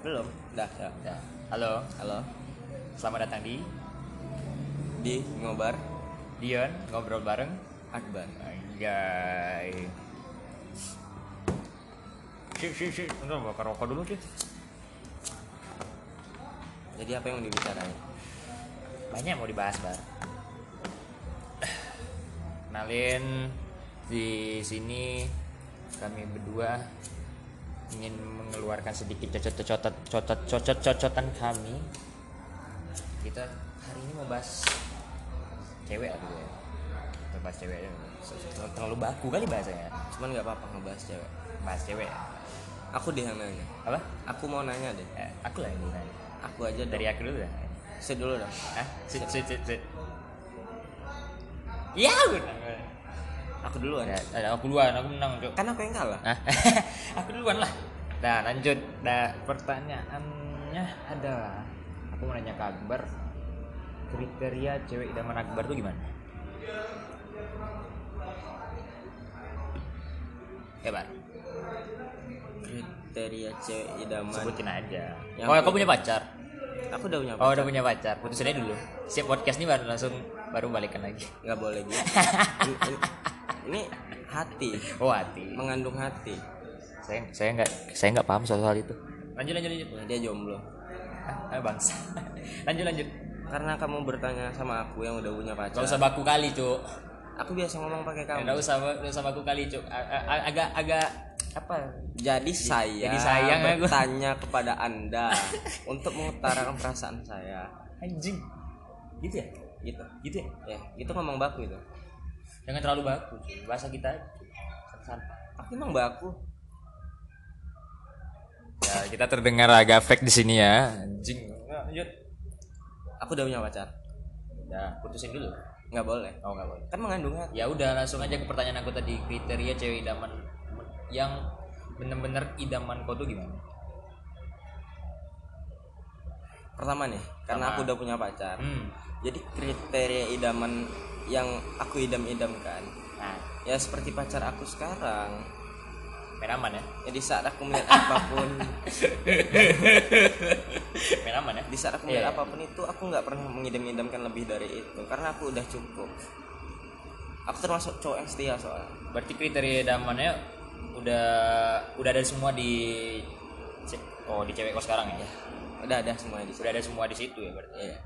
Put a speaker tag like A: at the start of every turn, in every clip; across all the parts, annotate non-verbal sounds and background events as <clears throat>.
A: Dah, dah.
B: Ya. Halo,
A: Halo.
B: selamat datang di
A: Di Ngobar
B: Dion ngobrol bareng.
A: Akbar.
B: Anjay. Si si si, bentar bakar rokok dulu sih.
A: Jadi apa yang mau dibicarain?
B: Banyak mau dibahas bar. Kenalin di sini kami berdua ingin mengeluarkan sedikit cocot cocot cocot cocot cocotan kami. Kita hari ini mau bahas cewek lah gitu ya. Kita bahas cewek aja. Terlalu baku kali bahasanya.
A: Cuman nggak apa-apa ngebahas cewek.
B: bahas cewek ya?
A: Aku deh yang nanya.
B: apa
A: Aku mau nanya deh.
B: Eh, aku lah yang dulu nanya.
A: Aku aja
B: dari
A: dari
B: aku dulu dah
A: Sit dulu dong.
B: Hah? sit sit sit sit ya udah
A: Aku duluan.
B: ada ada aku duluan aku menang cok
A: Kan aku yang kalah.
B: Hah? <laughs> aku duluan lah nah lanjut nah pertanyaannya adalah aku mau nanya ke Akbar kriteria cewek idaman Akbar tuh gimana ya bar
A: Kriteria cewek idaman.
B: sebutin aja
A: Yang
B: oh kau
A: punya-
B: punya pacar
A: Aku udah punya
B: Oh udah punya pacar, putusin aja dulu. Siap podcast nih baru langsung baru balikan lagi.
A: Nggak boleh <laughs> gitu. ini, ini- ini hati
B: Oh hati.
A: mengandung hati.
B: Saya saya nggak saya nggak paham soal soal itu. Lanjut lanjut lanjut.
A: Ya, dia jomblo.
B: Ah, bangsa. <laughs> lanjut lanjut.
A: Karena kamu bertanya sama aku yang udah punya pacar.
B: Gak usah baku kali cuk.
A: Aku biasa ngomong pakai kamu.
B: Gak usah gak usah baku kali cuk. A- a- a- Agak agak apa?
A: Jadi saya
B: jadi sayang ya gua.
A: bertanya kepada
B: <laughs>
A: Anda untuk mengutarakan perasaan saya.
B: Anjing. Gitu ya?
A: Gitu.
B: Gitu ya?
A: Ya, itu ngomong baku itu.
B: Jangan terlalu baku. Cuk. Bahasa kita santai.
A: Aku emang baku.
B: Ya kita terdengar agak fake di sini ya. Anjing. Lanjut.
A: Aku udah punya pacar.
B: Ya putusin dulu.
A: Nggak boleh.
B: Oh nggak boleh.
A: Kan mengandung hati.
B: ya udah langsung aja ke pertanyaan aku tadi kriteria cewek idaman yang bener-bener idaman kau tuh gimana
A: Pertama nih, karena
B: Pertama.
A: aku udah punya pacar.
B: hmm
A: Jadi kriteria idaman yang aku idam-idamkan
B: nah
A: ya seperti pacar aku sekarang.
B: main aman ya
A: Ya di saat aku
B: <laughs>
A: melihat apapun,
B: main aman ya
A: di saat aku
B: Iya.
A: melihat apapun itu aku nggak pernah mengidam-idamkan lebih dari itu karena aku udah cukup. Aku termasuk cowok yang setia soalnya.
B: berarti kriteria idamannya udah udah ada semua di ce- oh di cewek kau sekarang ya
A: udah ada semuanya di sini
B: udah ada semua di situ ya berarti
A: iya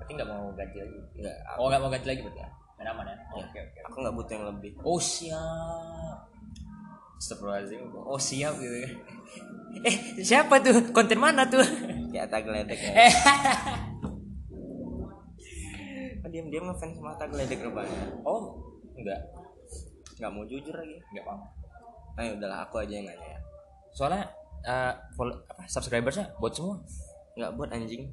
B: berarti nggak mau ganti lagi
A: enggak
B: oh nggak mau ganti lagi berarti ya main aman ya oke
A: Iya.
B: oke oke.
A: aku nggak butuh yang lebih
B: oh siap Astagfirullahaladzim Oh siap gitu kan <laughs> Eh siapa tuh? Konten mana tuh?
A: kayak tagledek
B: <laughs>
A: ya
B: Eh,
A: oh, diam diam ngefans sama tagledek rupanya
B: <laughs> oh, enggak,
A: nggak mau jujur lagi
B: enggak paham.
A: nah udahlah aku aja yang nanya ya
B: Soalnya eh follow, apa subscribersnya buat semua.
A: nggak buat anjing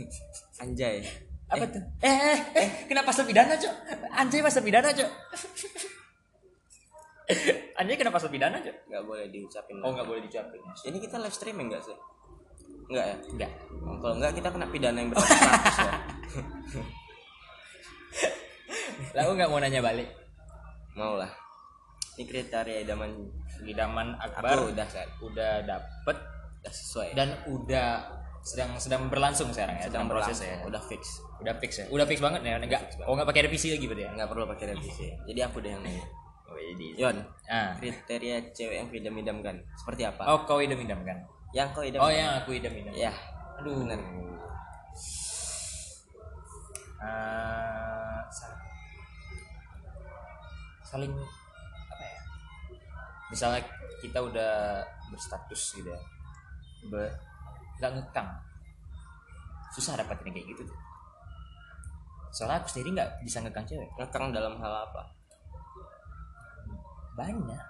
A: <laughs> anjay
B: Apa tuh? Eh, eh, eh, kenapa pasal pidana, Cok? Anjay pasal pidana, Cok. <laughs> Anjay kenapa pasal pidana, Cok?
A: nggak boleh diucapin
B: Oh, enggak boleh dicapai.
A: ini kita live streaming nggak sih nggak ya
B: Enggak.
A: Oh, kalau nggak kita kena pidana yang berat 100 ya
B: Lah, enggak mau nanya balik.
A: mau lah ini kriteria idaman
B: Gidaman Akbar
A: aku udah kan
B: udah dapet
A: udah sesuai
B: dan udah sedang sedang berlangsung sekarang ya, sedang, proses ya.
A: udah fix
B: Udah fix ya. Udah fix banget ya. Enggak. Oh, enggak pakai revisi lagi berarti ya.
A: nggak perlu pakai revisi jadi aku deh yang nanya
B: Oh, jadi.
A: Yon
B: Ah.
A: kriteria cewek yang idam-idamkan seperti apa
B: Oh, kau idam-idam kan?
A: yang kau idam
B: Oh yang aku idam idam.
A: ya
B: Aduh. Benar. Eh, saling apa ya? Misalnya kita udah berstatus gitu ya, Be, nggak ngekang, susah dapatin kayak gitu. tuh. Soalnya aku sendiri nggak bisa ngekang cewek.
A: ngekang dalam hal apa
B: Banyak.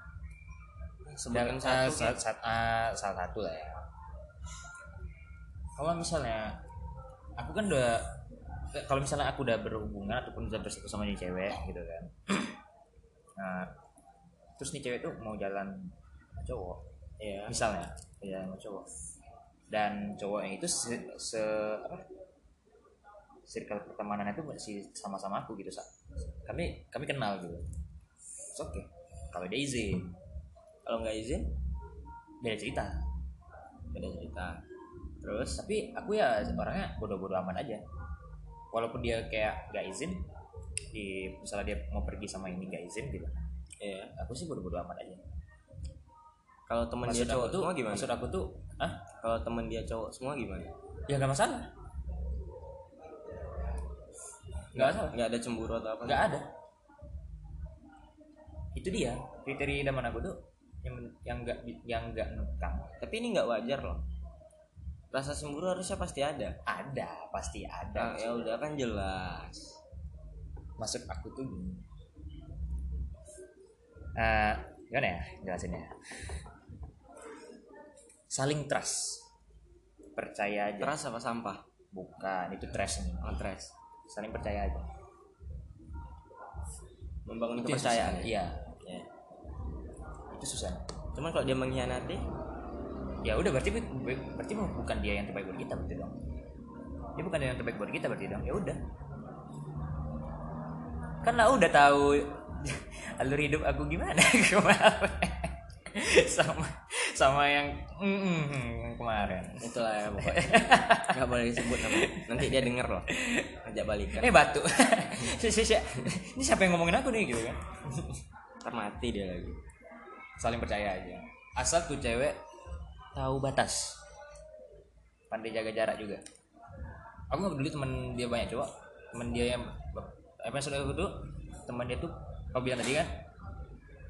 A: sebutkan
B: Dan,
A: satu
B: eh, saat, saat, eh, salah satu lah ya kalau misalnya aku kan udah kalau misalnya aku udah berhubungan ataupun udah bersatu sama nih cewek gitu kan <clears throat> nah terus nih cewek tuh mau jalan sama cowok
A: ya
B: misalnya ya sama cowok dan cowoknya itu se, se apa circle pertemanan itu masih sama-sama aku gitu sa kami kami kenal gitu It's oke kalau dia izin
A: kalau nggak izin
B: beda cerita
A: beda cerita terus
B: tapi aku ya orangnya bodoh-bodoh amat aja walaupun dia kayak gak izin di misalnya dia mau pergi sama ini gak izin gitu
A: ya
B: aku sih bodoh-bodoh amat aja
A: kalau teman dia
B: maksud aku
A: cowok
B: tuh
A: semua gimana
B: maksud aku tuh ah
A: kalau teman dia cowok semua gimana
B: ya gak masalah gak masalah
A: nggak ada cemburu atau apa
B: nggak ada itu dia kriteria idaman aku tuh yang yang nggak yang nggak ngekang
A: tapi ini nggak wajar loh rasa cemburu harusnya pasti ada
B: ada pasti
A: Nah,
B: ada
A: ya udah kan jelas
B: maksud aku tuh gini Eh, gimana ya jelasinnya saling trust percaya aja
A: Teras apa sampah?
B: bukan itu trust ini
A: Oh, teras.
B: saling percaya aja
A: Membangun
B: Itu yang susah.
A: kepercayaan.
B: iya
A: Ya.
B: itu susah
A: Cuman kalau dia mengkhianati,
B: ya udah berarti berarti bukan dia yang terbaik buat kita berarti dong dia bukan yang terbaik buat kita berarti dong ya udah kan lah udah tahu <laughs> alur hidup aku gimana <laughs> kemarin sama sama yang mm, kemarin
A: itulah ya
B: <laughs>
A: pokoknya. Gak boleh disebut namanya. Nanti dia denger loh. Ajak kan. balikan.
B: eh batu <laughs> Si- si- si- ini siapa yang ngomongin aku nih gitu kan
A: Ntar mati dia lagi.
B: saling percaya aja asal tuh cewek tahu batas pandai jaga jarak juga aku nggak peduli teman dia banyak cowok teman dia yang apa yang sudah aku tuh teman dia tuh kau bilang tadi kan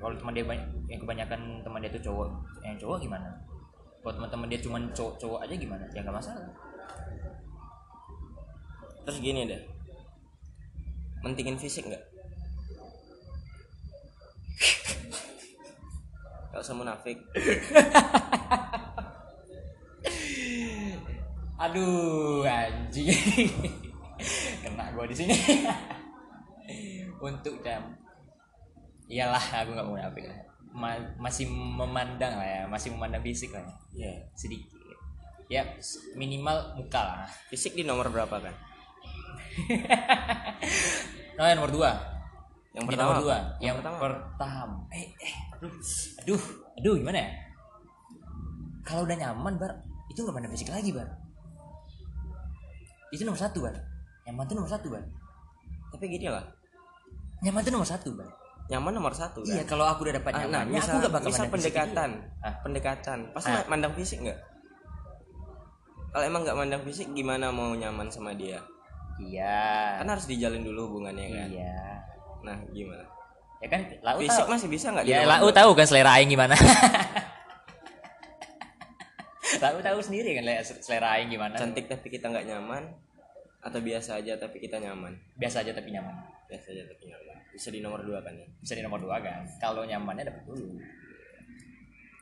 B: kalau teman dia banyak yang kebanyakan teman dia tuh cowok yang cowok gimana kalau teman-teman dia cuman cowok-cowok aja gimana ya nggak masalah
A: Terus gini deh. Mentingin fisik nggak? <laughs> Gak usah munafik.
B: aduh anjing <laughs> kena gua di sini <laughs> untuk jam iyalah aku nggak mau nafik lah Ma- masih memandang lah ya masih memandang fisik lah ya.
A: Ya.
B: sedikit ya s- minimal muka lah
A: Fisik di nomor berapa kan?
B: nah yang nomor dua
A: Yang
B: Di
A: pertama.
B: nomor dua
A: apa?
B: yang, pertama, eh, eh aduh aduh aduh gimana ya kalau udah nyaman bar itu nggak pandang fisik lagi bar itu nomor satu bar nyaman tuh nomor satu bar
A: Tapi gini lah.
B: nyaman tuh nomor satu bar
A: Nyaman nomor satu kan?
B: Iya, kalau aku udah dapat
A: Ah, nah,
B: nyamannya,
A: misal,
B: aku gak bakal
A: misal
B: mandang fisik
A: pendekatan,
B: dia. Ah.
A: pendekatan. Pasti
B: Ah.
A: mandang fisik nggak? Kalau emang nggak mandang fisik, gimana mau nyaman sama dia?
B: Iya.
A: Kan harus dijalin dulu hubungannya kan.
B: Iya.
A: Nah, gimana?
B: Ya kan, lau
A: fisik
B: tahu.
A: masih bisa nggak? di
B: Ya,
A: nomor
B: lau
A: dua?
B: tahu kan selera aing
A: <laughs>
B: gimana. lau tahu sendiri kan le- selera aing gimana.
A: Cantik tapi kita nggak nyaman, atau biasa aja tapi kita nyaman.
B: Biasa aja tapi nyaman.
A: Biasa aja tapi nyaman. Bisa di nomor dua kan ya?
B: Bisa di nomor dua kan. Kalau nyamannya dapat dulu.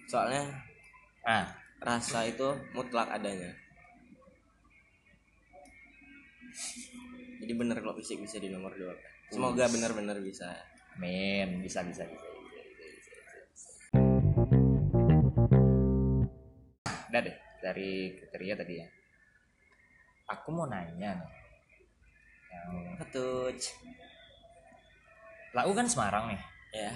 A: Soalnya
B: Ah,
A: rasa itu mutlak adanya. Jadi bener kalau fisik bisa di nomor dua kan? Semoga bener-bener bisa.
B: men, bisa bisa bisa. bisa, bisa, bisa, bisa. Udah deh dari kriteria tadi ya. Aku mau nanya nih. Yang
A: Ketuj.
B: Lau kan Semarang nih.
A: Ya.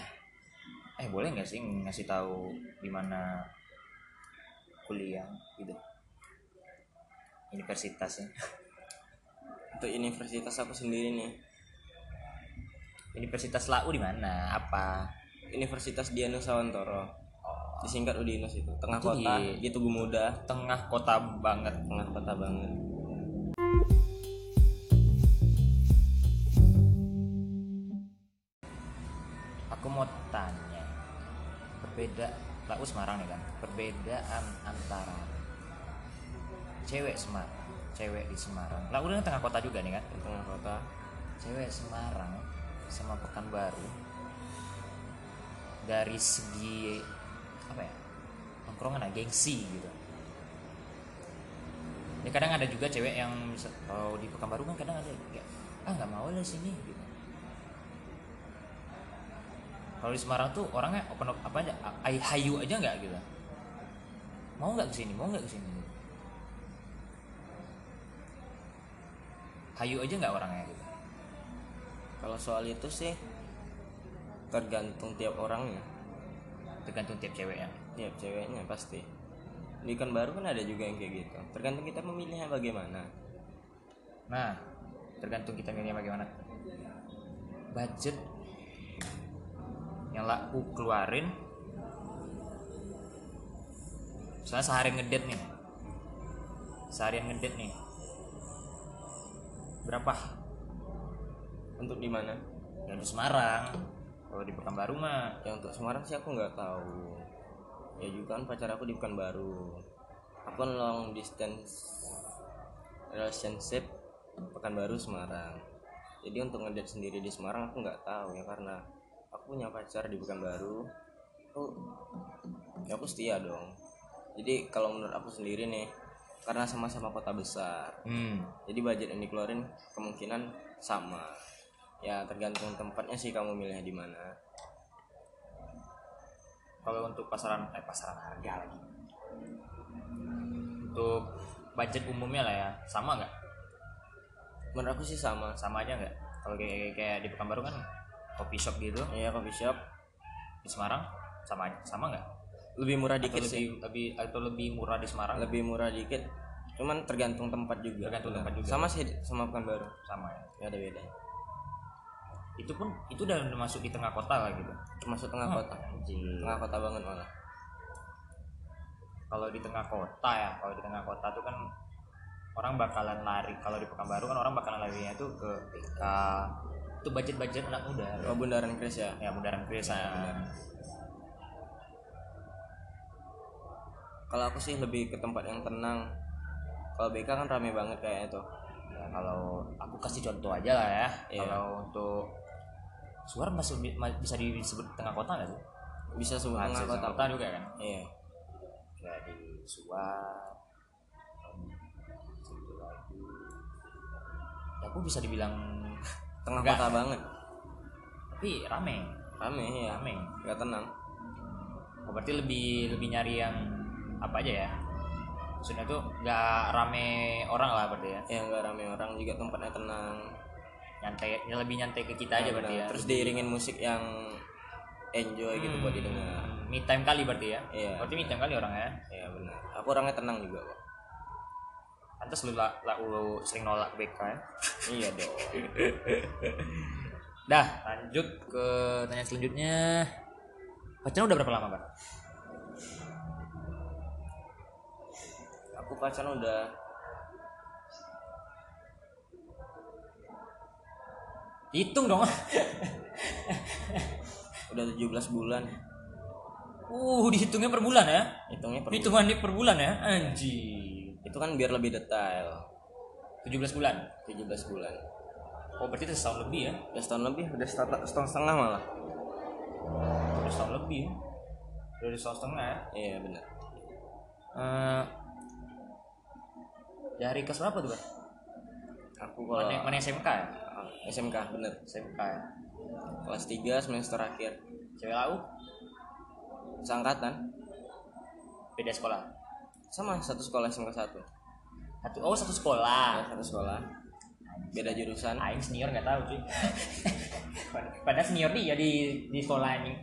B: Eh boleh nggak sih ngasih tahu di mana kuliah gitu? Universitasnya.
A: untuk universitas aku sendiri nih
B: Universitas Lau di mana? Apa?
A: Universitas Dianu Sawantoro
B: Oh,
A: disingkat Udinus itu tengah
B: Itu
A: kota
B: di-
A: di Tugu Muda
B: tengah kota banget.
A: tengah kota banget
B: Aku mau tanya perbeda Lau Semarang nih kan. Perbedaan antara cewek Semarang, cewek di Semarang. Lau kan tengah kota juga nih kan.
A: di tengah kota
B: cewek Semarang sama Pekanbaru dari segi apa ya nongkrongan lah gengsi gitu ya kadang ada juga cewek yang misal- kalau di Pekanbaru kan kadang ada kayak ah nggak mau lah sini gitu kalau di Semarang tuh orangnya open up apa aja ay- hayu aja nggak gitu mau nggak kesini mau nggak kesini gitu. hayu aja nggak orangnya gitu
A: kalau soal itu sih tergantung tiap orangnya
B: tergantung tiap cewek ya
A: tiap ceweknya pasti di ikon baru kan ada juga yang kayak gitu tergantung kita memilihnya bagaimana
B: Nah, tergantung kita milihnya bagaimana. Budget yang laku keluarin. Misalnya sehari ngedate nih. Seharian ngedate nih. Berapa?
A: untuk di mana
B: Ya di Semarang. Kalau di Pekanbaru mah
A: yang Ya, untuk Semarang sih aku nggak tahu ya juga kan pacar aku di Pekanbaru aku kan long distance relationship Pekanbaru Semarang jadi untuk ngedate sendiri di Semarang aku nggak tahu ya karena aku punya pacar di Pekanbaru aku ya aku setia dong jadi kalau menurut aku sendiri nih karena sama-sama kota besar
B: hmm,
A: jadi budget yang dikeluarin kemungkinan sama ya tergantung tempatnya sih kamu milihnya di mana
B: kalau untuk pasaran eh pasaran harga lagi. Untuk budget umumnya lah ya, sama nggak?
A: menurut aku sih sama
B: Sama aja nggak? Kalau kayak, kayak di Pekanbaru kan coffee shop gitu,
A: ya coffee shop
B: di Semarang sama sama nggak?
A: lebih murah
B: Atau
A: dikit
B: lebih,
A: sih
B: lebih atau lebih murah di Semarang
A: lebih murah dikit cuman tergantung tempat juga
B: Tergantung tempat juga.
A: sama sih sama bukan baru
B: sama ya.
A: nggak ada beda
B: Itu pun itu udah masuk di tengah kota lah gitu.
A: termasuk tengah kota
B: Anjing.
A: tengah kota banget malah
B: Kalau di tengah kota ya, kalau di tengah kota tuh kan orang bakalan lari kalau di Pekanbaru kan orang bakalan larinya tuh ke TK itu budget-budget anak muda
A: oh bundaran Kris ya
B: ya bundaran Kris ya.
A: kalau aku sih lebih ke tempat yang tenang kalau BK kan rame banget kayak itu
B: ya kalau aku kasih contoh aja lah ya
A: Iya.
B: kalau untuk suara masih bi- ma- bisa disebut tengah kota nggak sih
A: bisa sebut tengah
B: Masih tengah
A: kota
B: kota juga kan
A: iya Ya,
B: dari suar satu lagi Ya, aku bisa dibilang
A: tengah
B: Enggak.
A: kota banget
B: tapi rame
A: rame ya
B: rame
A: nggak tenang
B: Oh, berarti lebih lebih nyari yang apa aja ya maksudnya tuh nggak rame orang lah berarti
A: ya
B: ya
A: nggak rame orang juga tempatnya tenang
B: nyantai ya lebih nyantai ke kita aja
A: Nah,
B: berarti ya
A: terus diiringin musik yang enjoy gitu buat didengar
B: Hmm, me time kali berarti ya
A: Iya.
B: berarti me time kali orang ya
A: ya benar aku orangnya tenang juga kok
B: Pantes lu lah la, lu sering nolak BK ya.
A: <laughs> iya dong
B: <laughs> Dah, lanjut ke tanya selanjutnya. Pacaran udah berapa lama, Bang?
A: aku pacaran udah
B: Hitung dong. <laughs>
A: udah 17 bulan
B: uh, dihitungnya per bulan ya.
A: hitungnya per
B: Hitungannya per bulan ya. Anjir.
A: itu kan biar lebih detail
B: 17 bulan.
A: 17 bulan
B: Oh, berarti itu setahun lebih ya.
A: udah setahun lebih udah setahun, setahun setengah malah
B: Udah setahun lebih. ya. Udah di setahun setengah ya.
A: iya benar
B: Eh, dari kelas berapa tuh, Bang?
A: aku kalau
B: Mana, mana SMK ya?
A: Ah, SMK bener
B: SMK ya.
A: kelas 3 semester akhir
B: Cewek lau
A: seangkatan
B: beda sekolah.
A: sama satu sekolah SMK satu
B: Satu oh satu sekolah.
A: Ya, satu sekolah beda jurusan
B: Aing senior nggak tahu cuy. <laughs> Pad- Padahal senior dia di di sekolah anjing.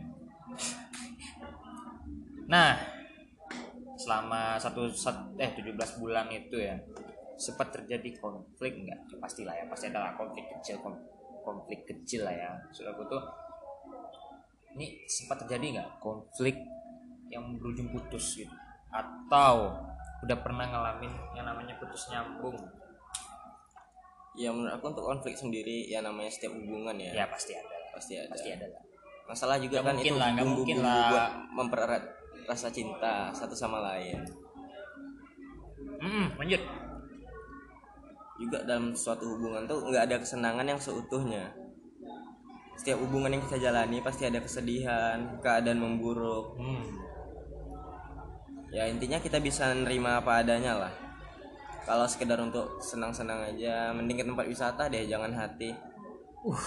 B: Nah, selama satu sat- eh 17 bulan itu ya sempat terjadi konflik nggak? Pastilah ya, pasti ada lah konflik kecil kon- konflik kecil lah ya. Maksud aku tuh ini sempat terjadi nggak konflik yang berujung putus gitu? Atau udah pernah ngalamin yang namanya putus nyambung?
A: ya menurut aku untuk konflik sendiri ya namanya setiap hubungan ya,
B: Ya, pasti ada lah,
A: pasti ada
B: pasti ada lah.
A: masalah juga
B: Nggak
A: kan
B: mungkin
A: itu
B: lah, nggak
A: bumbu-bumbu
B: mungkin lah.
A: buat mempererat rasa cinta satu sama lain
B: Mm, lanjut.
A: juga dalam suatu hubungan tuh nggak ada kesenangan yang seutuhnya setiap hubungan yang kita jalani pasti ada kesedihan keadaan memburuk
B: Hmm.
A: ya intinya kita bisa nerima apa adanya lah kalau sekedar untuk senang-senang aja mending ke tempat wisata deh jangan
B: <laughs>
A: hati
B: Uh,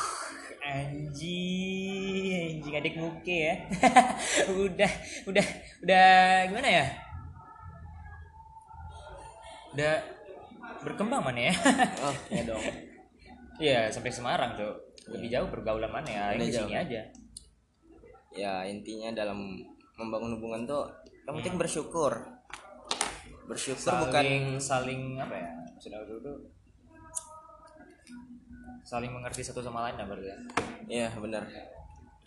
B: anjing, anjing adik muke ya. <laughs> udah, udah, udah gimana ya? Udah berkembang mana ya? <laughs>
A: oh ya dong
B: Iya, sampai Semarang tuh. Lebih jauh pergaulan mana ya? Yang
A: Udah
B: di sini
A: jauh.
B: aja.
A: ya intinya dalam membangun hubungan tuh yang penting bersyukur bersyukur bukan
B: saling saling apa ya maksudnya itu tuh saling mengerti satu sama lain lah berarti ya.
A: ya benar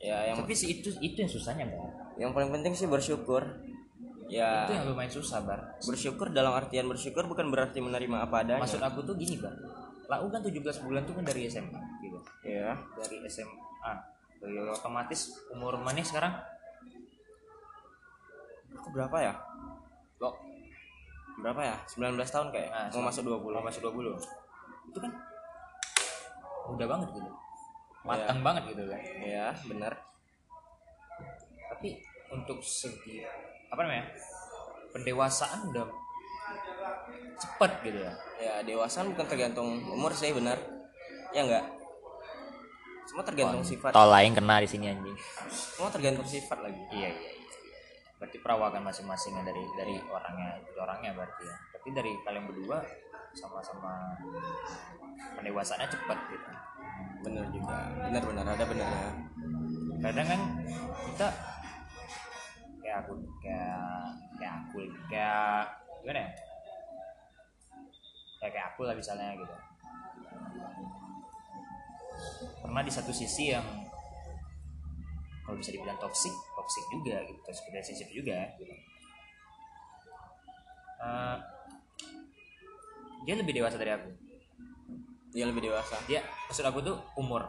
A: ya yang
B: tapi sih itu itu yang susahnya bang
A: yang paling penting sih bersyukur ya
B: itu yang lumayan susah bar
A: bersyukur dalam artian bersyukur bukan berarti menerima apa adanya
B: maksud aku tuh gini bar lau kan 17 bulan tuh kan dari SMA gitu
A: ya
B: dari SMA dari ya, otomatis umur mana sekarang
A: aku berapa ya
B: lo
A: berapa ya 19 tahun kayak
B: Ah,
A: mau masuk 20
B: mau masuk 20 itu kan mudah banget gitu matang banget gitu kan
A: ya benar
B: tapi untuk segi apa namanya pendewasaan udah cepet gitu ya
A: ya dewasa bukan tergantung umur sih benar ya enggak semua tergantung sifat
B: tol lain kena di sini anjing
A: semua tergantung sifat lagi
B: iya iya iya iya. berarti perawakan masing-masing ya, dari dari orangnya dari orangnya berarti ya berarti dari kalian berdua sama-sama pendewasaannya cepet gitu
A: benar juga benar benar ya. ada benernya
B: kadang kan kita kayak aku kayak kayak aku kayak gimana ya kayak kayak aku lah misalnya gitu pernah di satu sisi yang kalau bisa dibilang toksik toksik juga gitu toxic relationship juga gitu Eh, dia lebih dewasa dari aku
A: dia lebih dewasa
B: dia maksud aku tuh umur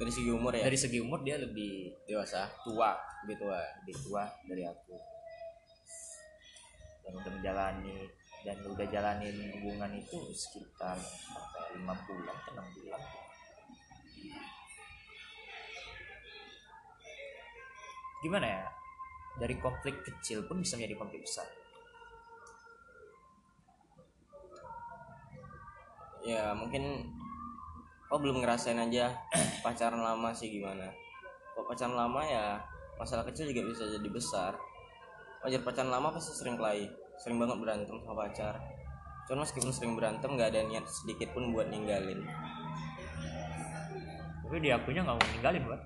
A: dari segi umur ya
B: dari segi umur dia lebih
A: dewasa
B: tua lebih tua lebih tua dari aku dan udah menjalani dan udah jalanin hubungan itu sekitar apa ya, lima bulan ke enam bulan gimana ya dari konflik kecil pun bisa menjadi konflik besar
A: ya mungkin kau belum ngerasain aja pacaran lama sih gimana kok pacaran lama ya masalah kecil juga bisa jadi besar wajar pacaran lama pasti sering kelahi sering banget berantem sama pacar cuman meskipun sering berantem nggak ada niat sedikit pun buat ninggalin
B: tapi dia akunya nggak mau ninggalin buat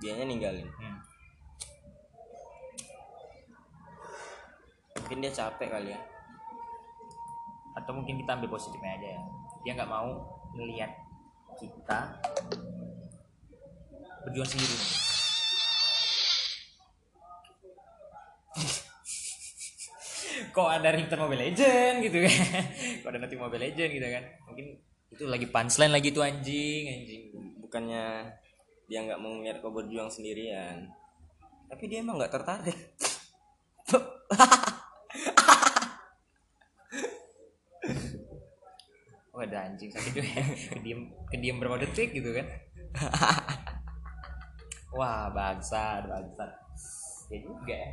A: dianya ninggalin
B: hmm.
A: mungkin dia capek kali ya
B: atau mungkin kita ambil positifnya aja ya dia nggak mau melihat kita berjuang sendiri <laughs> mungkin. kok ada ringtone Mobile Legend gitu kan <laughs> kok ada notif Mobile Legend gitu kan mungkin itu lagi punchline lagi tuh anjing anjing
A: bukannya dia nggak mau ngeliat kau berjuang sendirian tapi dia emang nggak tertarik
B: Wah, Oh, ada anjing sakit juga ya. <laughs> Kediem, kediem berapa detik gitu kan. <laughs> Wah, bangsat, bangsat. Ya juga ya.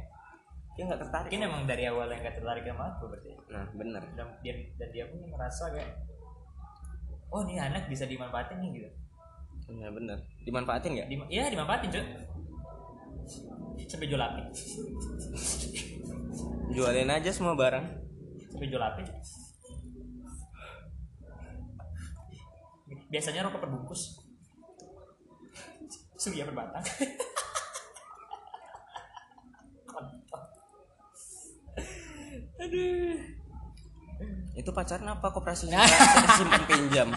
A: dia nggak tertarik
B: Mungkin emang dari awal yang gak tertarik sama aku berarti.
A: nah bener
B: Dan dia, dan dia pun merasa kayak, oh nih anak bisa dimanfaatin nih gitu.
A: bener bener dimanfaatin nggak
B: Dima- ya dimanfaatin cuy. Sampai jual api.
A: jualin aja semua barang
B: Sampai jual api. Biasanya rokok perbungkus. iya, Surya berbatang.
A: itu pacaran apa koperasi simpan pinjam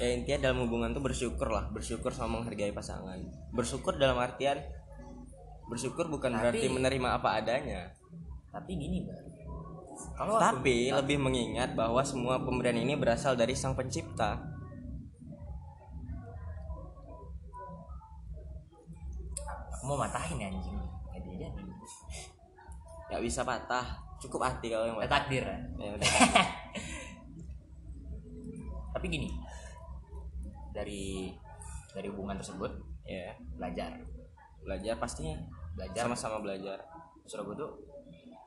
A: ya intinya dalam hubungan tuh bersyukur lah bersyukur sama menghargai pasangan bersyukur dalam artian bersyukur bukan berarti menerima apa adanya
B: Tapi gini bar. Kalau aku-
A: tapi lebih mengingat bahwa semua pemberian ini berasal dari sang pencipta
B: aku mau matahin anjing. Jadi aja anjing.
A: nggak bisa patah cukup hati kalau yang
B: Ada
A: patah
B: takdir. ya.
A: ya udah
B: Tapi gini. Dari dari hubungan tersebut
A: ya
B: belajar
A: belajar pastinya
B: belajar
A: sama-sama belajar
B: maksud aku tuh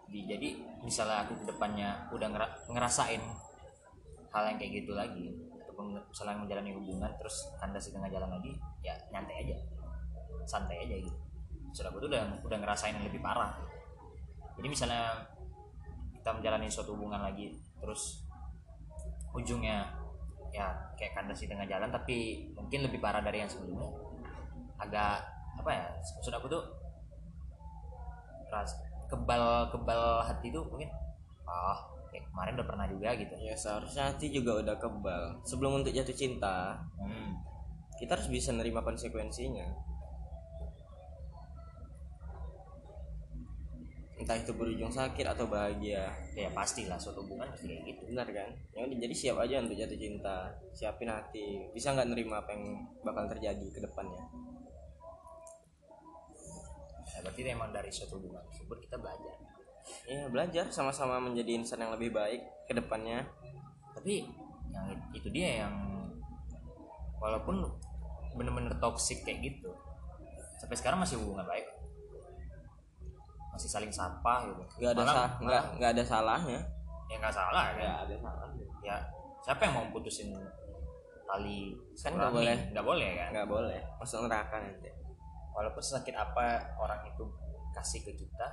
B: di- jadi misalnya aku kedepannya udah ngera- ngerasain hal yang kayak gitu lagi ataupun misalnya menjalani hubungan terus kandas di tengah jalan lagi ya nyantai aja santai aja gitu maksud aku tuh udah udah ngerasain yang lebih parah jadi misalnya kita menjalani suatu hubungan lagi terus ujungnya ya kayak kandas di tengah jalan tapi mungkin lebih parah dari yang sebelumnya agak apa ya maksud aku tuh ras kebal kebal hati tuh mungkin ah kayak kemarin udah pernah juga gitu
A: ya seharusnya hati juga udah kebal sebelum untuk jatuh cinta
B: hmm.
A: kita harus bisa nerima konsekuensinya entah itu berujung sakit atau bahagia
B: ya pastilah suatu hubungan pasti kayak gitu
A: benar kan yang udah jadi siap aja untuk jatuh cinta siapin hati bisa nggak nerima apa yang bakal terjadi ke depannya
B: ya, berarti emang dari suatu hubungan tersebut kita belajar
A: ya belajar sama-sama menjadi insan yang lebih baik ke depannya
B: tapi yang itu dia yang walaupun bener-bener toxic kayak gitu sampai sekarang masih hubungan baik masih saling sapa gitu
A: nggak ada
B: Malah-
A: sa- nggak Iya. nggak ada salahnya
B: ya nggak salah kan
A: nggak ada salahnya
B: ya siapa yang mau putusin tali
A: Kan nggak
B: silaturahmi?
A: boleh.
B: nggak boleh kan
A: nggak boleh masuk neraka nanti
B: walaupun sakit apa orang itu kasih ke kita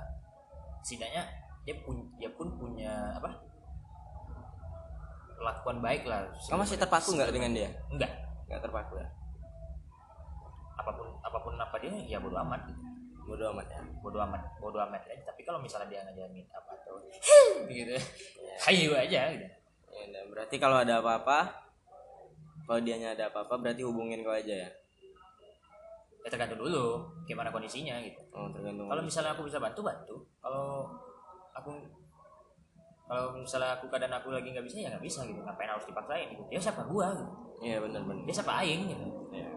B: setidaknya dia pun dia pun punya apa perlakuan baik lah
A: kamu masih terpaku nggak dengan dia
B: enggak
A: nggak terpaku ya
B: apapun apapun apa dia ya bodo amat gitu.
A: bodo amat ya
B: bodo amat bodo amat aja tapi kalau misalnya dia ngajamin apa atau
A: Hmm.
B: gitu kayu aja gitu.
A: Ya udah, berarti kalau ada apa-apa, kalau dianya ada apa-apa berarti hubungin kau aja ya.
B: ya tergantung dulu gimana kondisinya gitu
A: Oh, tergantung.
B: kalau misalnya aku bisa bantu bantu kalau aku kalau misalnya aku keadaan aku lagi nggak bisa ya nggak bisa gitu ngapain harus dipaksain gitu dia siapa gua gitu
A: Iya, benar benar.
B: dia siapa aing gitu
A: Iya.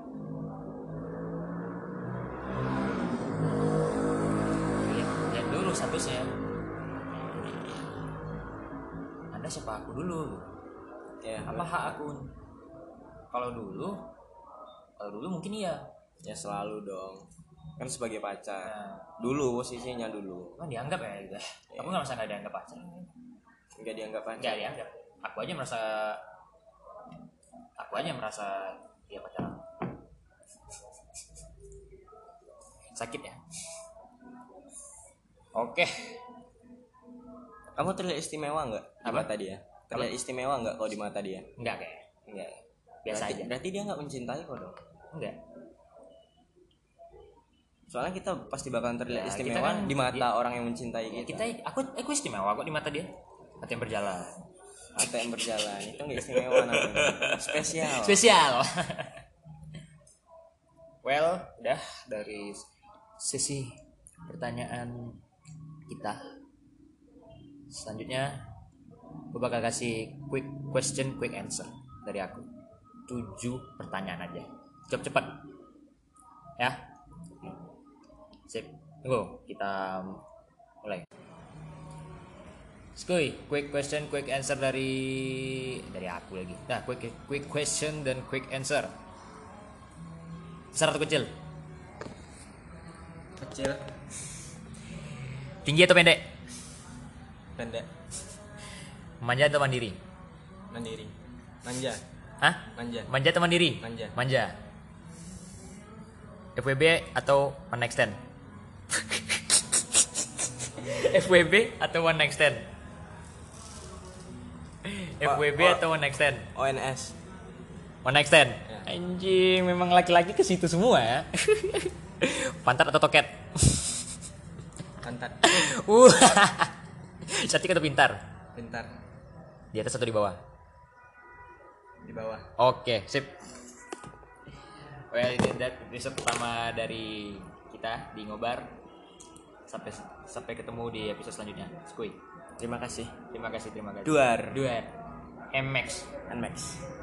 B: lihat lihat Iya, ya dulu statusnya anda siapa aku dulu gitu.
A: Iya,
B: apa hak aku kalau dulu kalau dulu mungkin iya
A: Ya selalu dong. Kan sebagai pacar.
B: nah,
A: Dulu posisinya dulu.
B: cuman dianggap ya gitu aku nggak merasa nggak dianggap pacar
A: Enggak dianggap pacar.
B: nggak dianggap ya. aku aja merasa aku aja merasa dia pacar aku. sakit ya oke
A: Kamu terlihat istimewa enggak di
B: Apa?
A: mata dia? Terlihat istimewa enggak kau di mata dia?
B: nggak kayak
A: Enggak.
B: biasa
A: berarti,
B: aja
A: Berarti dia enggak mencintai kau dong.
B: nggak
A: Soalnya kita pasti bakalan terlihat
B: Ya, kita
A: istimewa
B: kan-
A: di mata
B: ya.
A: orang yang mencintai
B: Ya,
A: kita.
B: kita aku aku istimewa kok di mata dia mata yang berjalan
A: Atau yang berjalan itu enggak istimewa
B: <laughs>
A: namanya. Spesial.
B: spesial well udah dari sesi pertanyaan kita selanjutnya gue bakal kasih quick question quick answer dari aku tujuh pertanyaan aja cepet cepet ya sip tunggu kita mulai Skuy, quick question, quick answer dari dari aku lagi. Nah, quick quick question dan quick answer. Besar atau kecil?
A: Kecil,
B: Tinggi atau pendek?
A: pendek,
B: Manja atau mandiri?
A: mandiri, manja,
B: Hah?
A: manja.
B: Manja atau mandiri?
A: Manja.
B: Manja. FWB atau one night stand? <laughs> FWB atau one night stand? FWB
A: oh.
B: atau one night stand?
A: ONS
B: One night stand.
A: Ya.
B: Anjing, memang laki-laki ke situ semua ya. Pantat atau toket?
A: pantat
B: Uh. <laughs> Cantik atau pintar?
A: pintar
B: Di atas atau di bawah?
A: di bawah
B: Oke, sip. Well, that episode pertama dari kita di Ngobar. Sampai sampai ketemu di episode selanjutnya. Skuy.
A: terima kasih
B: Terima kasih, terima kasih.
A: duar
B: Dua. MX.
A: and max